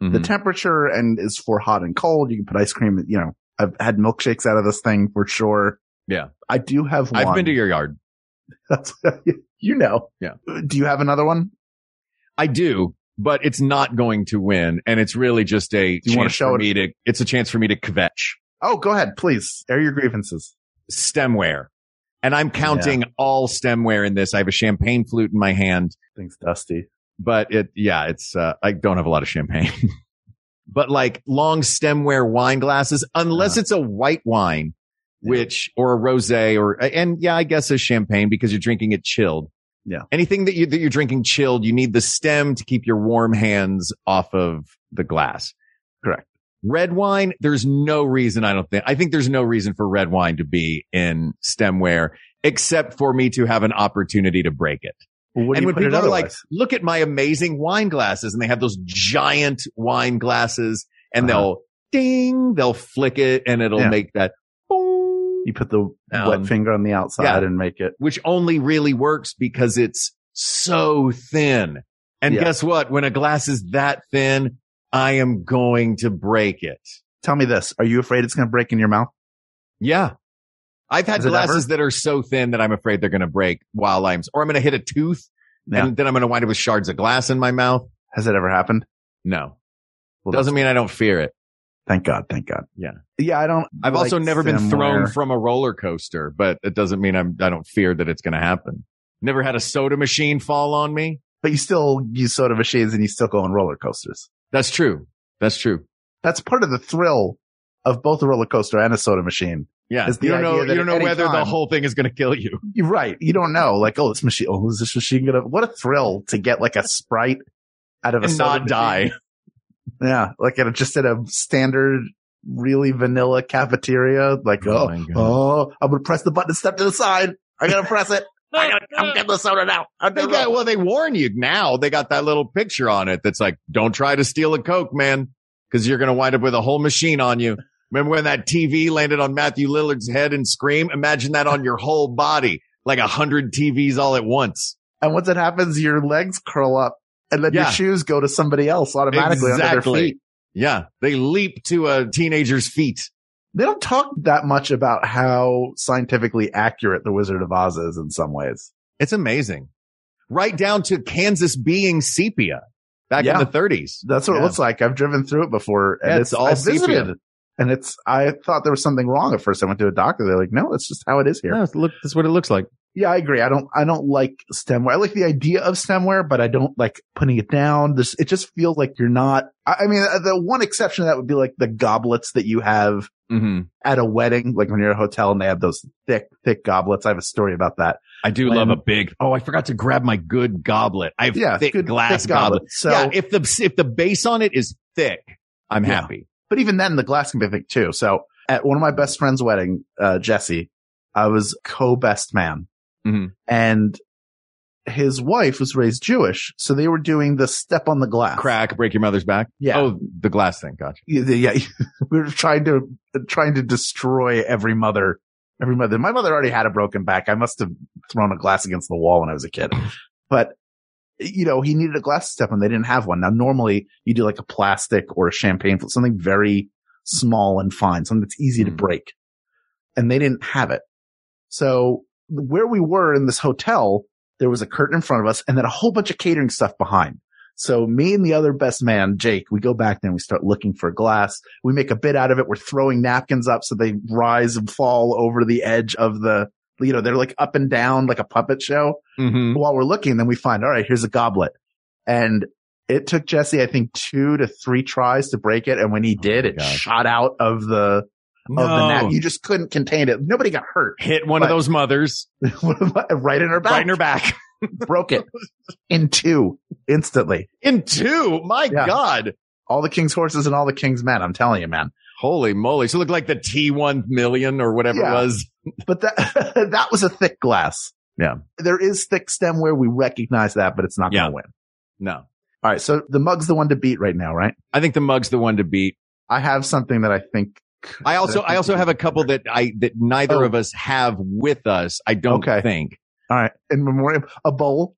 the
Mhm.
temperature and is for hot and cold. You can put ice cream. You know, I've had milkshakes out of this thing for sure.
Yeah.
I do have. One.
I've been to your yard.
That's, you know.
Yeah.
Do you have another one?
I do, but it's not going to win, and it's really just a
you wanna
chance
show
for
it?
me to. It's a chance for me to kvetch
Oh, go ahead, please air your grievances.
stemware, and I'm counting all stemware in this. I have a champagne flute in my hand.
Things dusty.
but it yeah it's uh, i don't have a lot of champagne but like long stemware wine glasses unless it's a white wine
Uh-huh. Yeah.
which or a rosé or and yeah i guess a champagne because you're drinking it chilled
Yeah.
anything that you that you're drinking chilled you need the stem to keep your warm hands off of the glass
Correct.
red wine there's no reason i don't think i think there's no reason for red wine to be in stemware except for me to have an opportunity to break it
Well, what do
and
you
when
put it
people are like,
otherwise?
look at my amazing wine glasses, and they have those giant wine glasses, and
Uh-huh.
they'll ding, they'll flick it, and it'll
Yeah.
make that boom,
You put the
Um,
wet finger on the outside
yeah.
and make it.
which only really works because it's so thin. And
Yeah.
guess what? When a glass is that thin, I am going to break it.
Tell me this. Are you afraid it's going to break in your mouth?
Yeah. I've had
Is it
glasses that are so thin that I'm afraid they're going to break while I'm, or I'm going to hit a tooth
Yeah.
and then I'm going to wind up with shards of glass in my mouth.
Has it ever happened?
No,
Well,
doesn't mean I don't fear it.
Thank God. Thank God.
Yeah.
Yeah. I don't.
I've
like
also never been thrown
stemware.
from a roller coaster, but it doesn't mean I'm I don't fear that it's going to happen. Never had a soda machine fall on me.
but you still use soda machines and you still go on roller coasters.
That's true. That's true.
That's part of the thrill of both a roller coaster and a soda machine.
Yeah,
It's the
you don't
idea
know
that
you don't
at
know
any
whether the
time-
whole thing is going to kill you.
You're right. You don't know. Like, oh, this machine. Oh, is this machine gonna? What a thrill to get like a sprite out of a
And
soda
not
machine.
die.
Yeah, like at a, just at a standard, really vanilla cafeteria. Like,
Oh
oh,
my God.
oh, I'm gonna press the button and step to the side. I gotta press it. I gotta come
they
get the soda now. I'm gonna
got,
roll.
well, they warn you now. They got that little picture on it that's like, "Don't try to steal a Coke, man, because you're going to wind up with a whole machine on you." Remember when that TV landed on Matthew Lillard's head and scream? Imagine that on your whole body, like a hundred TVs all at once.
And once it happens, your legs curl up, and then
Yeah.
your shoes go to somebody else automatically under their feet.
Yeah. They leap to a teenager's feet.
They don't talk that much about how scientifically accurate the Wizard of Oz is in some ways.
It's amazing. Right down to Kansas being sepia back
Yeah.
in the 30s.
That's what it
Yeah.
looks like. I've driven through it before and
Yeah,
it's,
it's all
all I've visited.
sepia.
And it's, I thought there was something wrong at first. I went to a doctor. They're like, no, that's just how it is here.
No, it's- look, that's what it looks like.
Yeah, I agree. I don't, I don't like stemware. I like the idea of stemware, but I don't like putting it down. This, it just feels like you're not, I, I mean, uh, the one exception to that would be like the goblets that you have
Mm-hmm.
at a wedding, like when you're at a hotel and they have those thick, thick goblets. I have a story about that.
I do
When-
love a big. Oh, I forgot to grab my good goblet. I have
Yeah,
thick
good-
glass
thick
goblet.
goblet. So-
yeah, if the if the base on it is thick, I'm
Yeah.
happy.
But even then, the glass can be thick too. So at one of my best friend's wedding, uh, Jesse, I was co-best man
Mhm.
and his wife was raised Jewish. So they were doing the step on the glass.
Crack, break your mother's back.
Yeah.
Oh, the glass thing. Gotcha.
Yeah, the- yeah, we were trying to trying to destroy every mother, every mother. My mother already had a broken back. I must have thrown a glass against the wall when I was a kid. But you know, he needed a glass step, and they didn't have one. Now, normally you do like a plastic or a champagne, something very small and fine, something that's easy to break, and they didn't have it. So where we were in this hotel, there was a curtain in front of us, and then a whole bunch of catering stuff behind. So me and the other best man, Jake, we go back there and we start looking for glass. We make a bit out of it. We're throwing napkins up so they rise and fall over the edge of the, you know, they're like up and down like a puppet show.
Mm-hmm.
While we're looking, then we find, all right, here's a goblet. And it took Jesse, I think two to three tries to break it. And when he did, it
God.
shot out of the, of the
Oh No.
nap. You just couldn't contain it. Nobody got hurt
Hit one of
But-
those mothers
right in her back,
right in her back
broke it in two instantly.
in two. My
Yeah.
God.
All the king's horses and all the king's men. I'm telling you, man.
Holy moly. So it looked like the T1 million or whatever
Yeah.
it was.
but that that was a thick glass.
Yeah.
There is thick stemware. We recognize that, but it's not
Yeah.
going to win.
No,
All right. So the mug's the one to beat right now, right?
I think the mug's the one to beat.
I have something that I think.
I also, I also have a couple that I, that neither
Oh.
of us have with us. I don't
Okay.
think.
All right. In memoriam, a bowl.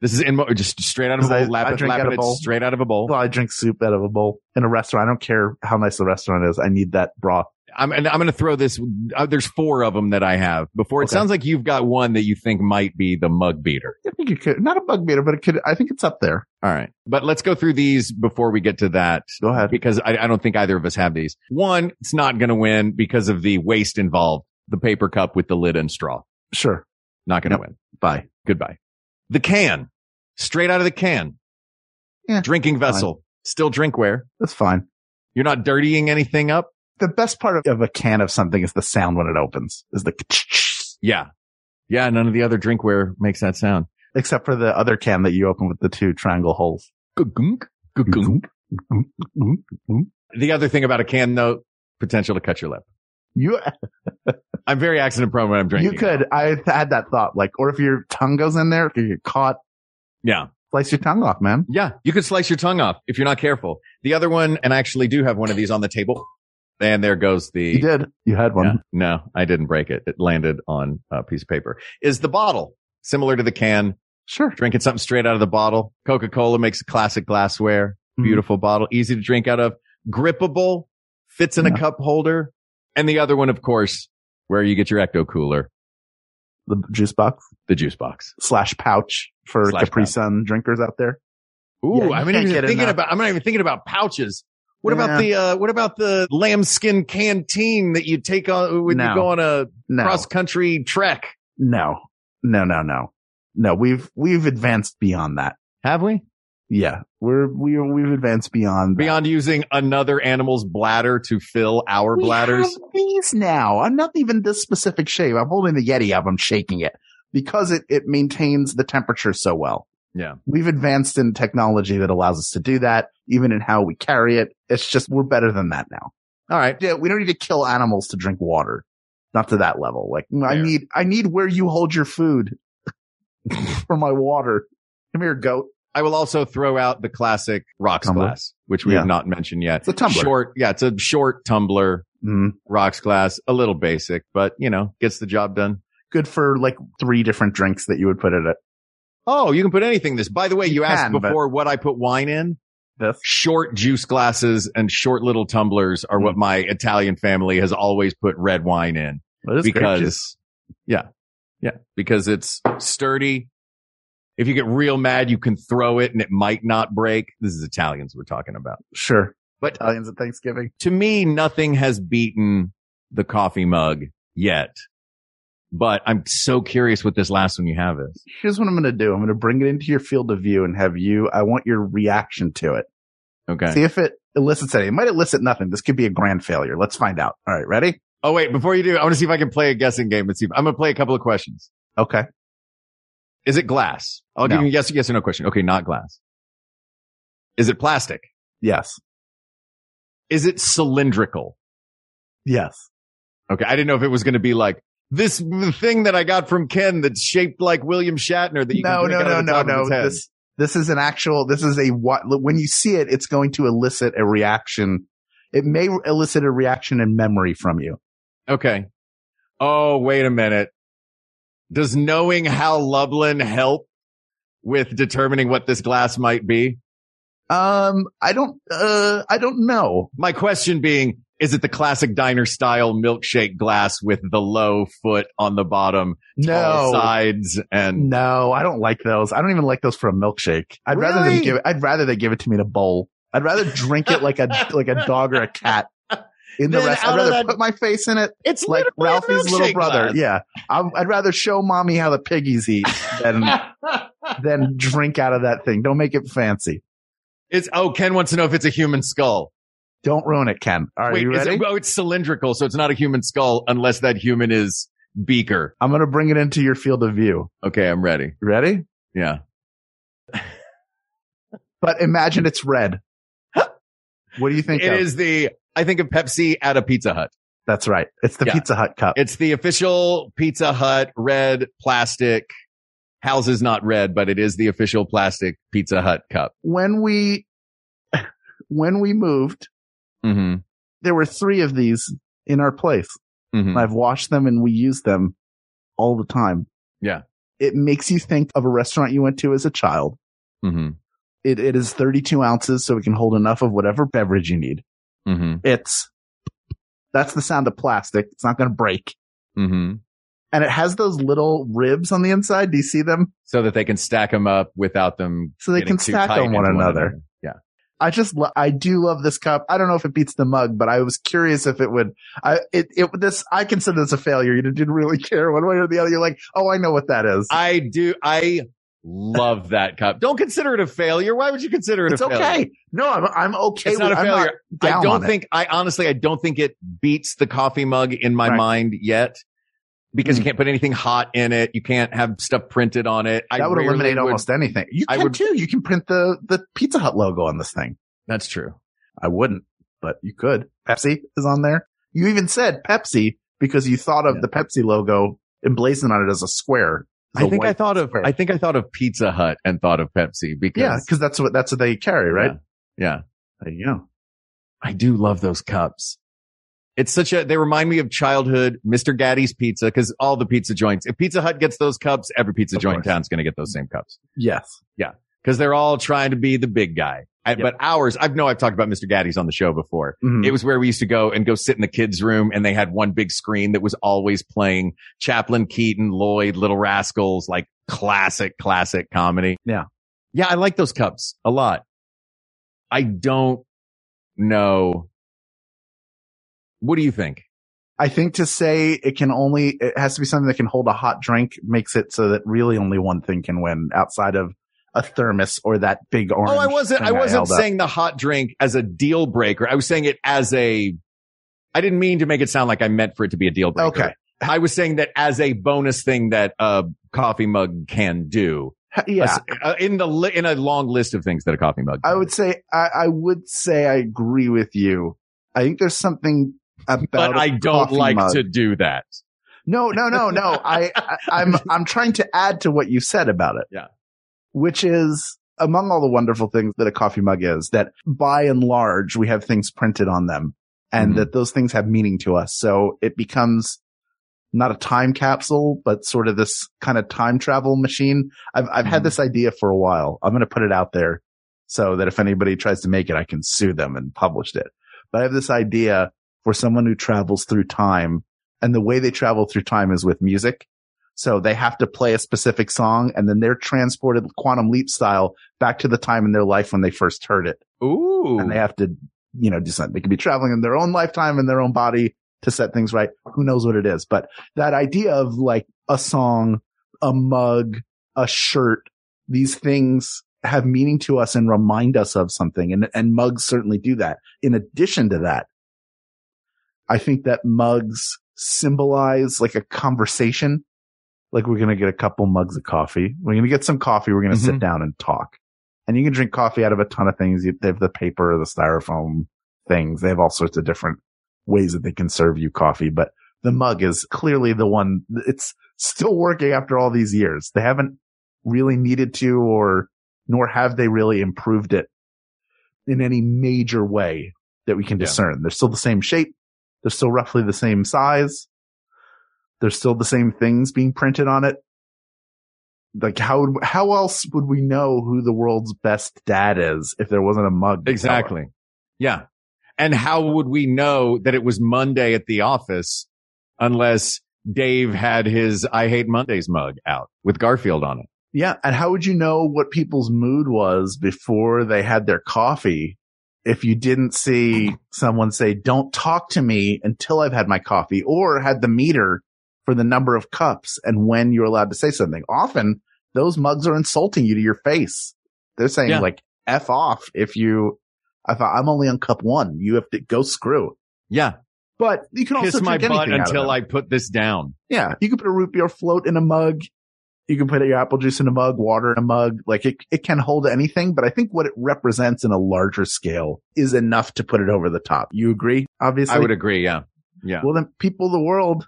This is in, just straight out of a
I-
bowl.
I
Lap it,
drink
lap
out of
it, it's
bowl.
straight out of a bowl.
Well, I drink soup out of a bowl in a restaurant. I don't care how nice the restaurant is. I need that broth.
I'm, and I'm going to throw this. Uh, there's four of them that I have before. It
Okay.
sounds like you've got one that you think might be the mug beater.
I think it could, not a bug beater, but it could, I think it's up there.
All right. But let's go through these before we get to that
Go ahead.
because I, I don't think either of us have these. One, it's not going to win because of the waste involved. The paper cup with the lid and straw.
Sure.
Not going to
Nope.
win.
Bye.
Goodbye. The can straight out of the can.
Yeah.
Drinking vessel, still drinkware.
That's fine.
You're not dirtying anything up.
The best part of, of a can of something is the sound when it opens is the,
Yeah. Yeah. None of the other drinkware makes that sound.
except for the other can that you open with the two triangle holes.
Gugunk, gugunk. The other thing about a can though, potential to cut your lip.
You
I'm very accident prone when I'm drinking.
You could. I had that thought. Like, or if your tongue goes in there, if you get caught,
Yeah.
slice your tongue off, man.
Yeah. You could slice your tongue off if you're not careful. The other one, and I actually do have one of these on the table. And there goes the.
You did. You had one.
Yeah. no, I didn't break it. It landed on a piece of paper. Is the bottle similar to the can?
Sure.
Drinking something straight out of the bottle. Coca-Cola makes a classic glassware.
Hmm.
Beautiful bottle. Easy to drink out of. Grippable. Fits in a
Yeah.
cup holder. And the other one, of course, where you get your ecto cooler,
The juice box
the juice box.
slash pouch for
Slash
Capri
pouch.
Sun drinkers out there. Yeah,
Ooh,
you
I'm not
can't
even
get
thinking
enough.
about. I'm not even thinking about pouches. What about the uh, what about the lambskin canteen that you take on when you
No.
go on a
No,
cross country trek?
no, no, no, no, no. We've we've advanced beyond that.
Have we
Yeah, we're we are, we've advanced beyond that.
beyond using another animal's bladder to fill our
We
bladders?
have these now. I'm not even this specific shape. I'm holding the Yeti up. I'm shaking it because it, it maintains the temperature so well.
Yeah.
We've advanced in technology that allows us to do that, even in how we carry it. It's just, we're better than that now.
All right,
Yeah. We don't need to kill animals to drink water. Not to that level. Like I
Fair.
need, I need where you hold your food for my water. Come here, goat.
I will also throw out the classic rocks
Tumbler?
glass, which we
Yeah.
have not mentioned yet.
It's a tumbler.
Short, yeah, it's a short tumbler
Mm.
rocks glass. A little basic, but you know, gets the job done.
Good for like three different drinks that you would put in it.
Oh, you can put anything in this. By the way, you,
You
asked
can, but-
before what I put wine in. short juice glasses and short little tumblers are what my Italian family has always put red wine in.
That is grape
because,
juice.
yeah, yeah, because it's sturdy. If you get real mad, you can throw it and it might not break. This is Italians we're talking about.
Sure.
But
Italians at Thanksgiving.
To me, nothing has beaten the coffee mug yet. But I'm so curious what this last one you have is.
Here's what I'm going to do. I'm going to bring it into your field of view and have you, I want your reaction to it.
Okay.
See if it elicits any. It might elicit nothing. This could be a grand failure. Let's find out. All right. Ready?
Oh, wait, before you do, I want to see if I can play a guessing game. Let's see. If, I'm going to play a couple of questions.
Okay.
Is it glass? I'll give
No.
you a yes, yes or no question. Okay. Not glass. Is it plastic?
Yes.
Is it cylindrical?
Yes.
Okay. I didn't know if it was going to be like this thing that I got from Ken that's shaped like William Shatner that you
No,
can
no,
drink
no,
out of the
no,
top of
no.
his head.
This, this is an actual, this is a what, when you see it, it's going to elicit a reaction. It may elicit a reaction in memory from you.
Okay. Oh, wait a minute. Does knowing Hal Lublin help with determining what this glass might be?
Um, I don't, uh, I don't know.
My question being, is it the classic diner style milkshake glass with the low foot on the bottom,
No.
tall sides and
No, I don't like those. I don't even like those for a milkshake. I'd rather
Really?
than give it, I'd rather they give it to me in a bowl. I'd rather drink it like a, like a dog or a cat in the
Then
rest.
out
I'd
of
rather
that-
put my face in it.
It's
like
literally a
Ralphie's little
milkshake
brother.
glass.
Yeah. I, I'd rather show mommy how the piggies eat than, than drink out of that thing. Don't make it fancy.
It's oh, Ken wants to know if it's a human skull.
Don't ruin it, Ken. All right.
Wait,
you
is
ready?
it, oh, it's cylindrical, so it's not a human skull unless that human is Beaker.
I'm going to bring it into your field of view.
Okay, I'm ready.
You ready?
Yeah.
But imagine it's red. What do you think?
It
of?
is the I think of Pepsi at a Pizza Hut.
That's right. It's the
Yeah.
Pizza Hut cup.
It's the official Pizza Hut red plastic. House is not red, but it is the official plastic Pizza Hut cup.
when we, when we moved,
Mm-hmm.
there were three of these in our place.
mm-hmm.
And I've washed them and we use them all the time.
Yeah.
It makes you think of a restaurant you went to as a child.
Mm-hmm.
It, it is 32 ounces, so it can hold enough of whatever beverage you need.
Mm-hmm.
It's that's the sound of plastic. It's not going to break.
Mm-hmm.
And it has those little ribs on the inside. Do you see them?
So that they can stack them up without them.
So they
getting
can
too
stack
tight
on one
into
another. I just, lo- I do love this cup. I don't know if it beats the mug, but I was curious if it would, I, it, it, this, I consider this a failure. You didn't really care one way or the other. You're like, oh, I know what that is.
I do. I love that cup. Don't consider it a failure. Why would you consider it
it's
a failure?
okay. No, I'm, I'm okay.
It's not
with-
a
I'm not
failure. I
down
don't
on it.
think, I honestly, I don't think it beats the coffee mug in my
Right. Mm.
mind yet because you can't put anything hot in it. You can't have stuff printed on it. I
that would
rarely
eliminate almost anything. You
I
can
would-
too. You can print the the Pizza Hut logo on this thing.
That's true.
I wouldn't, but you could. Pepsi is on there. You even said Pepsi because you thought of the Pepsi logo emblazoned on it as a square. as
I
a
think I
white
thought of,
square.
I think I thought of Pizza Hut and thought of Pepsi because
yeah, because that's what that's what they carry, right?
Yeah. Yeah.
There you go.
I do love those cups. It's such a, they remind me of childhood Mr. Gaddy's pizza because all the pizza joints, if Pizza Hut gets those cups, every pizza
Of
joint in
course.
town's going to get those same cups.
Yes.
because they're all trying to be the big guy. I, But ours, I know I've talked about Mr. Gaddy's on the show before.
Mhm.
It was where we used to go and go sit in the kids' room, and they had one big screen that was always playing Chaplin, Keaton, Lloyd, Little Rascals, like classic, classic comedy.
Yeah.
yeah, I like those cups a lot. I don't know. What do you think?
I think to say it can only it has to be something that can hold a hot drink makes it so that really only one thing can win outside of a thermos or that big orange.
Oh, I wasn't.
thing
I wasn't
held up.
saying the hot drink as a deal breaker. I was saying it as a. I didn't mean to make it sound like I meant for it to be a deal breaker.
Okay.
I was saying that as a bonus thing that a coffee mug can do.
Yeah.
Uh, in the li- in a long list of things that a coffee mug. Can
I
do.
would say I, I would say I agree with you. I think there's something about.
but
I
I don't like to do that.
No, no, no, no. I, I I'm I'm trying to add to what you said about it.
Yeah.
Which is among all the wonderful things that a coffee mug is that by and large we have things printed on them and
Mhm.
that those things have meaning to us. So it becomes not a time capsule, but sort of this kind of time travel machine. I've I've had this idea for a while. I'm going to put it out there so that if anybody tries to make it, I can sue them and publish it. But I have this idea for someone who travels through time and the way they travel through time is with music. So they have to play a specific song and then they're transported quantum leap style back to the time in their life when they first heard it.
Ooh.
And they have to, you know, do something. They could be traveling in their own lifetime in their own body to set things right. Who knows what it is? But that idea of like a song, a mug, a shirt, these things have meaning to us and remind us of something. And, and mugs certainly do that. In addition to that, I think that mugs symbolize like a conversation. Like we're going to get a couple mugs of coffee. We're going to get some coffee. We're going to sit
Mhm.
down and talk. And you can drink coffee out of a ton of things. You- They have the paper, the styrofoam things. They have all sorts of different ways that they can serve you coffee, but the mug is clearly the one it's still working after all these years. They haven't really needed to or nor have they really improved it in any major way that we can discern. They're still the same shape. They're still roughly the same size. There's still the same things being printed on it. Like how would- how else would we know who the world's best dad is if there wasn't a mug? to tell us?
Exactly. Yeah. And how would we know that it was Monday at the office unless Dave had his I hate Mondays mug out with Garfield on it?
Yeah. And how would you know what people's mood was before they had their coffee if you didn't see someone say, don't talk to me until I've had my coffee or had the meter for the number of cups and when you're allowed to say something? Often those mugs are insulting you to your face. They're saying
Yeah.
like F off if you, if I- I'm only on cup one, you have to go screw.
Yeah.
But you can also
Kiss my
drink
butt
anything out of
until
them.
I put this down.
Yeah, you can put a root beer float in a mug. You can put your apple juice in a mug, water in a mug. Like it, it can hold anything, but I think what it represents in a larger scale is enough to put it over the top. You agree? Obviously.
I would agree. Yeah. Yeah.
Well, then people of the world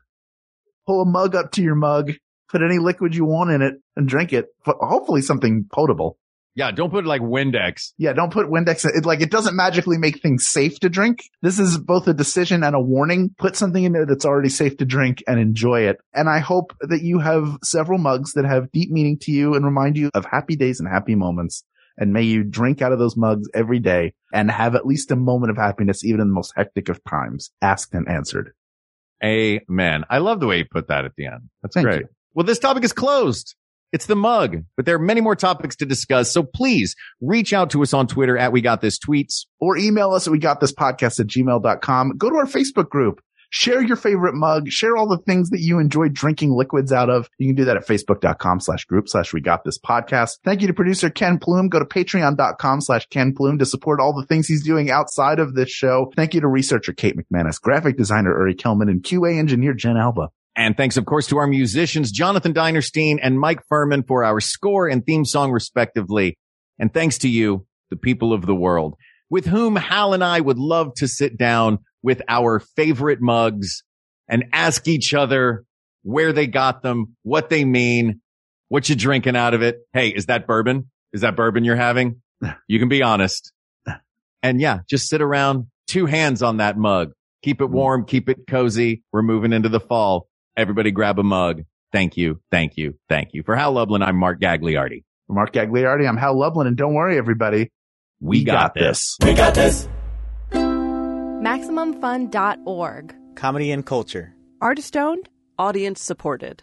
pull a mug up to your mug, put any liquid you want in it and drink it, but hopefully something potable.
Yeah. Don't put like Windex.
Yeah, don't put Windex. in- It, like it doesn't magically make things safe to drink. This is both a decision and a warning. Put something in there that's already safe to drink and enjoy it. And I hope that you have several mugs that have deep meaning to you and remind you of happy days and happy moments. And may you drink out of those mugs every day and have at least a moment of happiness, even in the most hectic of times, asked and answered.
Amen. I love the way you put that at the end. That's
Thank
great.
you.
Well, this topic is closed. It's the mug, but there are many more topics to discuss. So please reach out to us on Twitter at We Got This Tweets.
Or email us at we got this podcast at gmail.com. Go to our Facebook group. Share your favorite mug. Share all the things that you enjoy drinking liquids out of. You can do that at facebook.com slash group slash we got this podcast. Thank you to producer Ken Plume. Go to patreon.com slash Ken Plume to support all the things he's doing outside of this show. Thank you to researcher Kate McManus, graphic designer Uri Kelman, and QA engineer Jen Alba.
And thanks, of course, to our musicians, Jonathan Dinerstein and Mike Furman for our score and theme song, respectively. And thanks to you, the people of the world, with whom Hal and I would love to sit down with our favorite mugs and ask each other where they got them, what they mean, what you're drinking out of it. Hey, is that bourbon? Is that bourbon you're having? You can be honest. And yeah, just sit around two hands on that mug. Keep it warm. Keep it cozy. We're moving into the fall. Everybody grab a mug. Thank you. Thank you. Thank you. For Hal Lublin, I'm Mark Gagliardi.
Mark Gagliardi, I'm Hal Lublin, and don't worry, everybody.
We, got, this. We
got this.
MaximumFun.org.
Comedy and culture.
Artist owned.
Audience supported.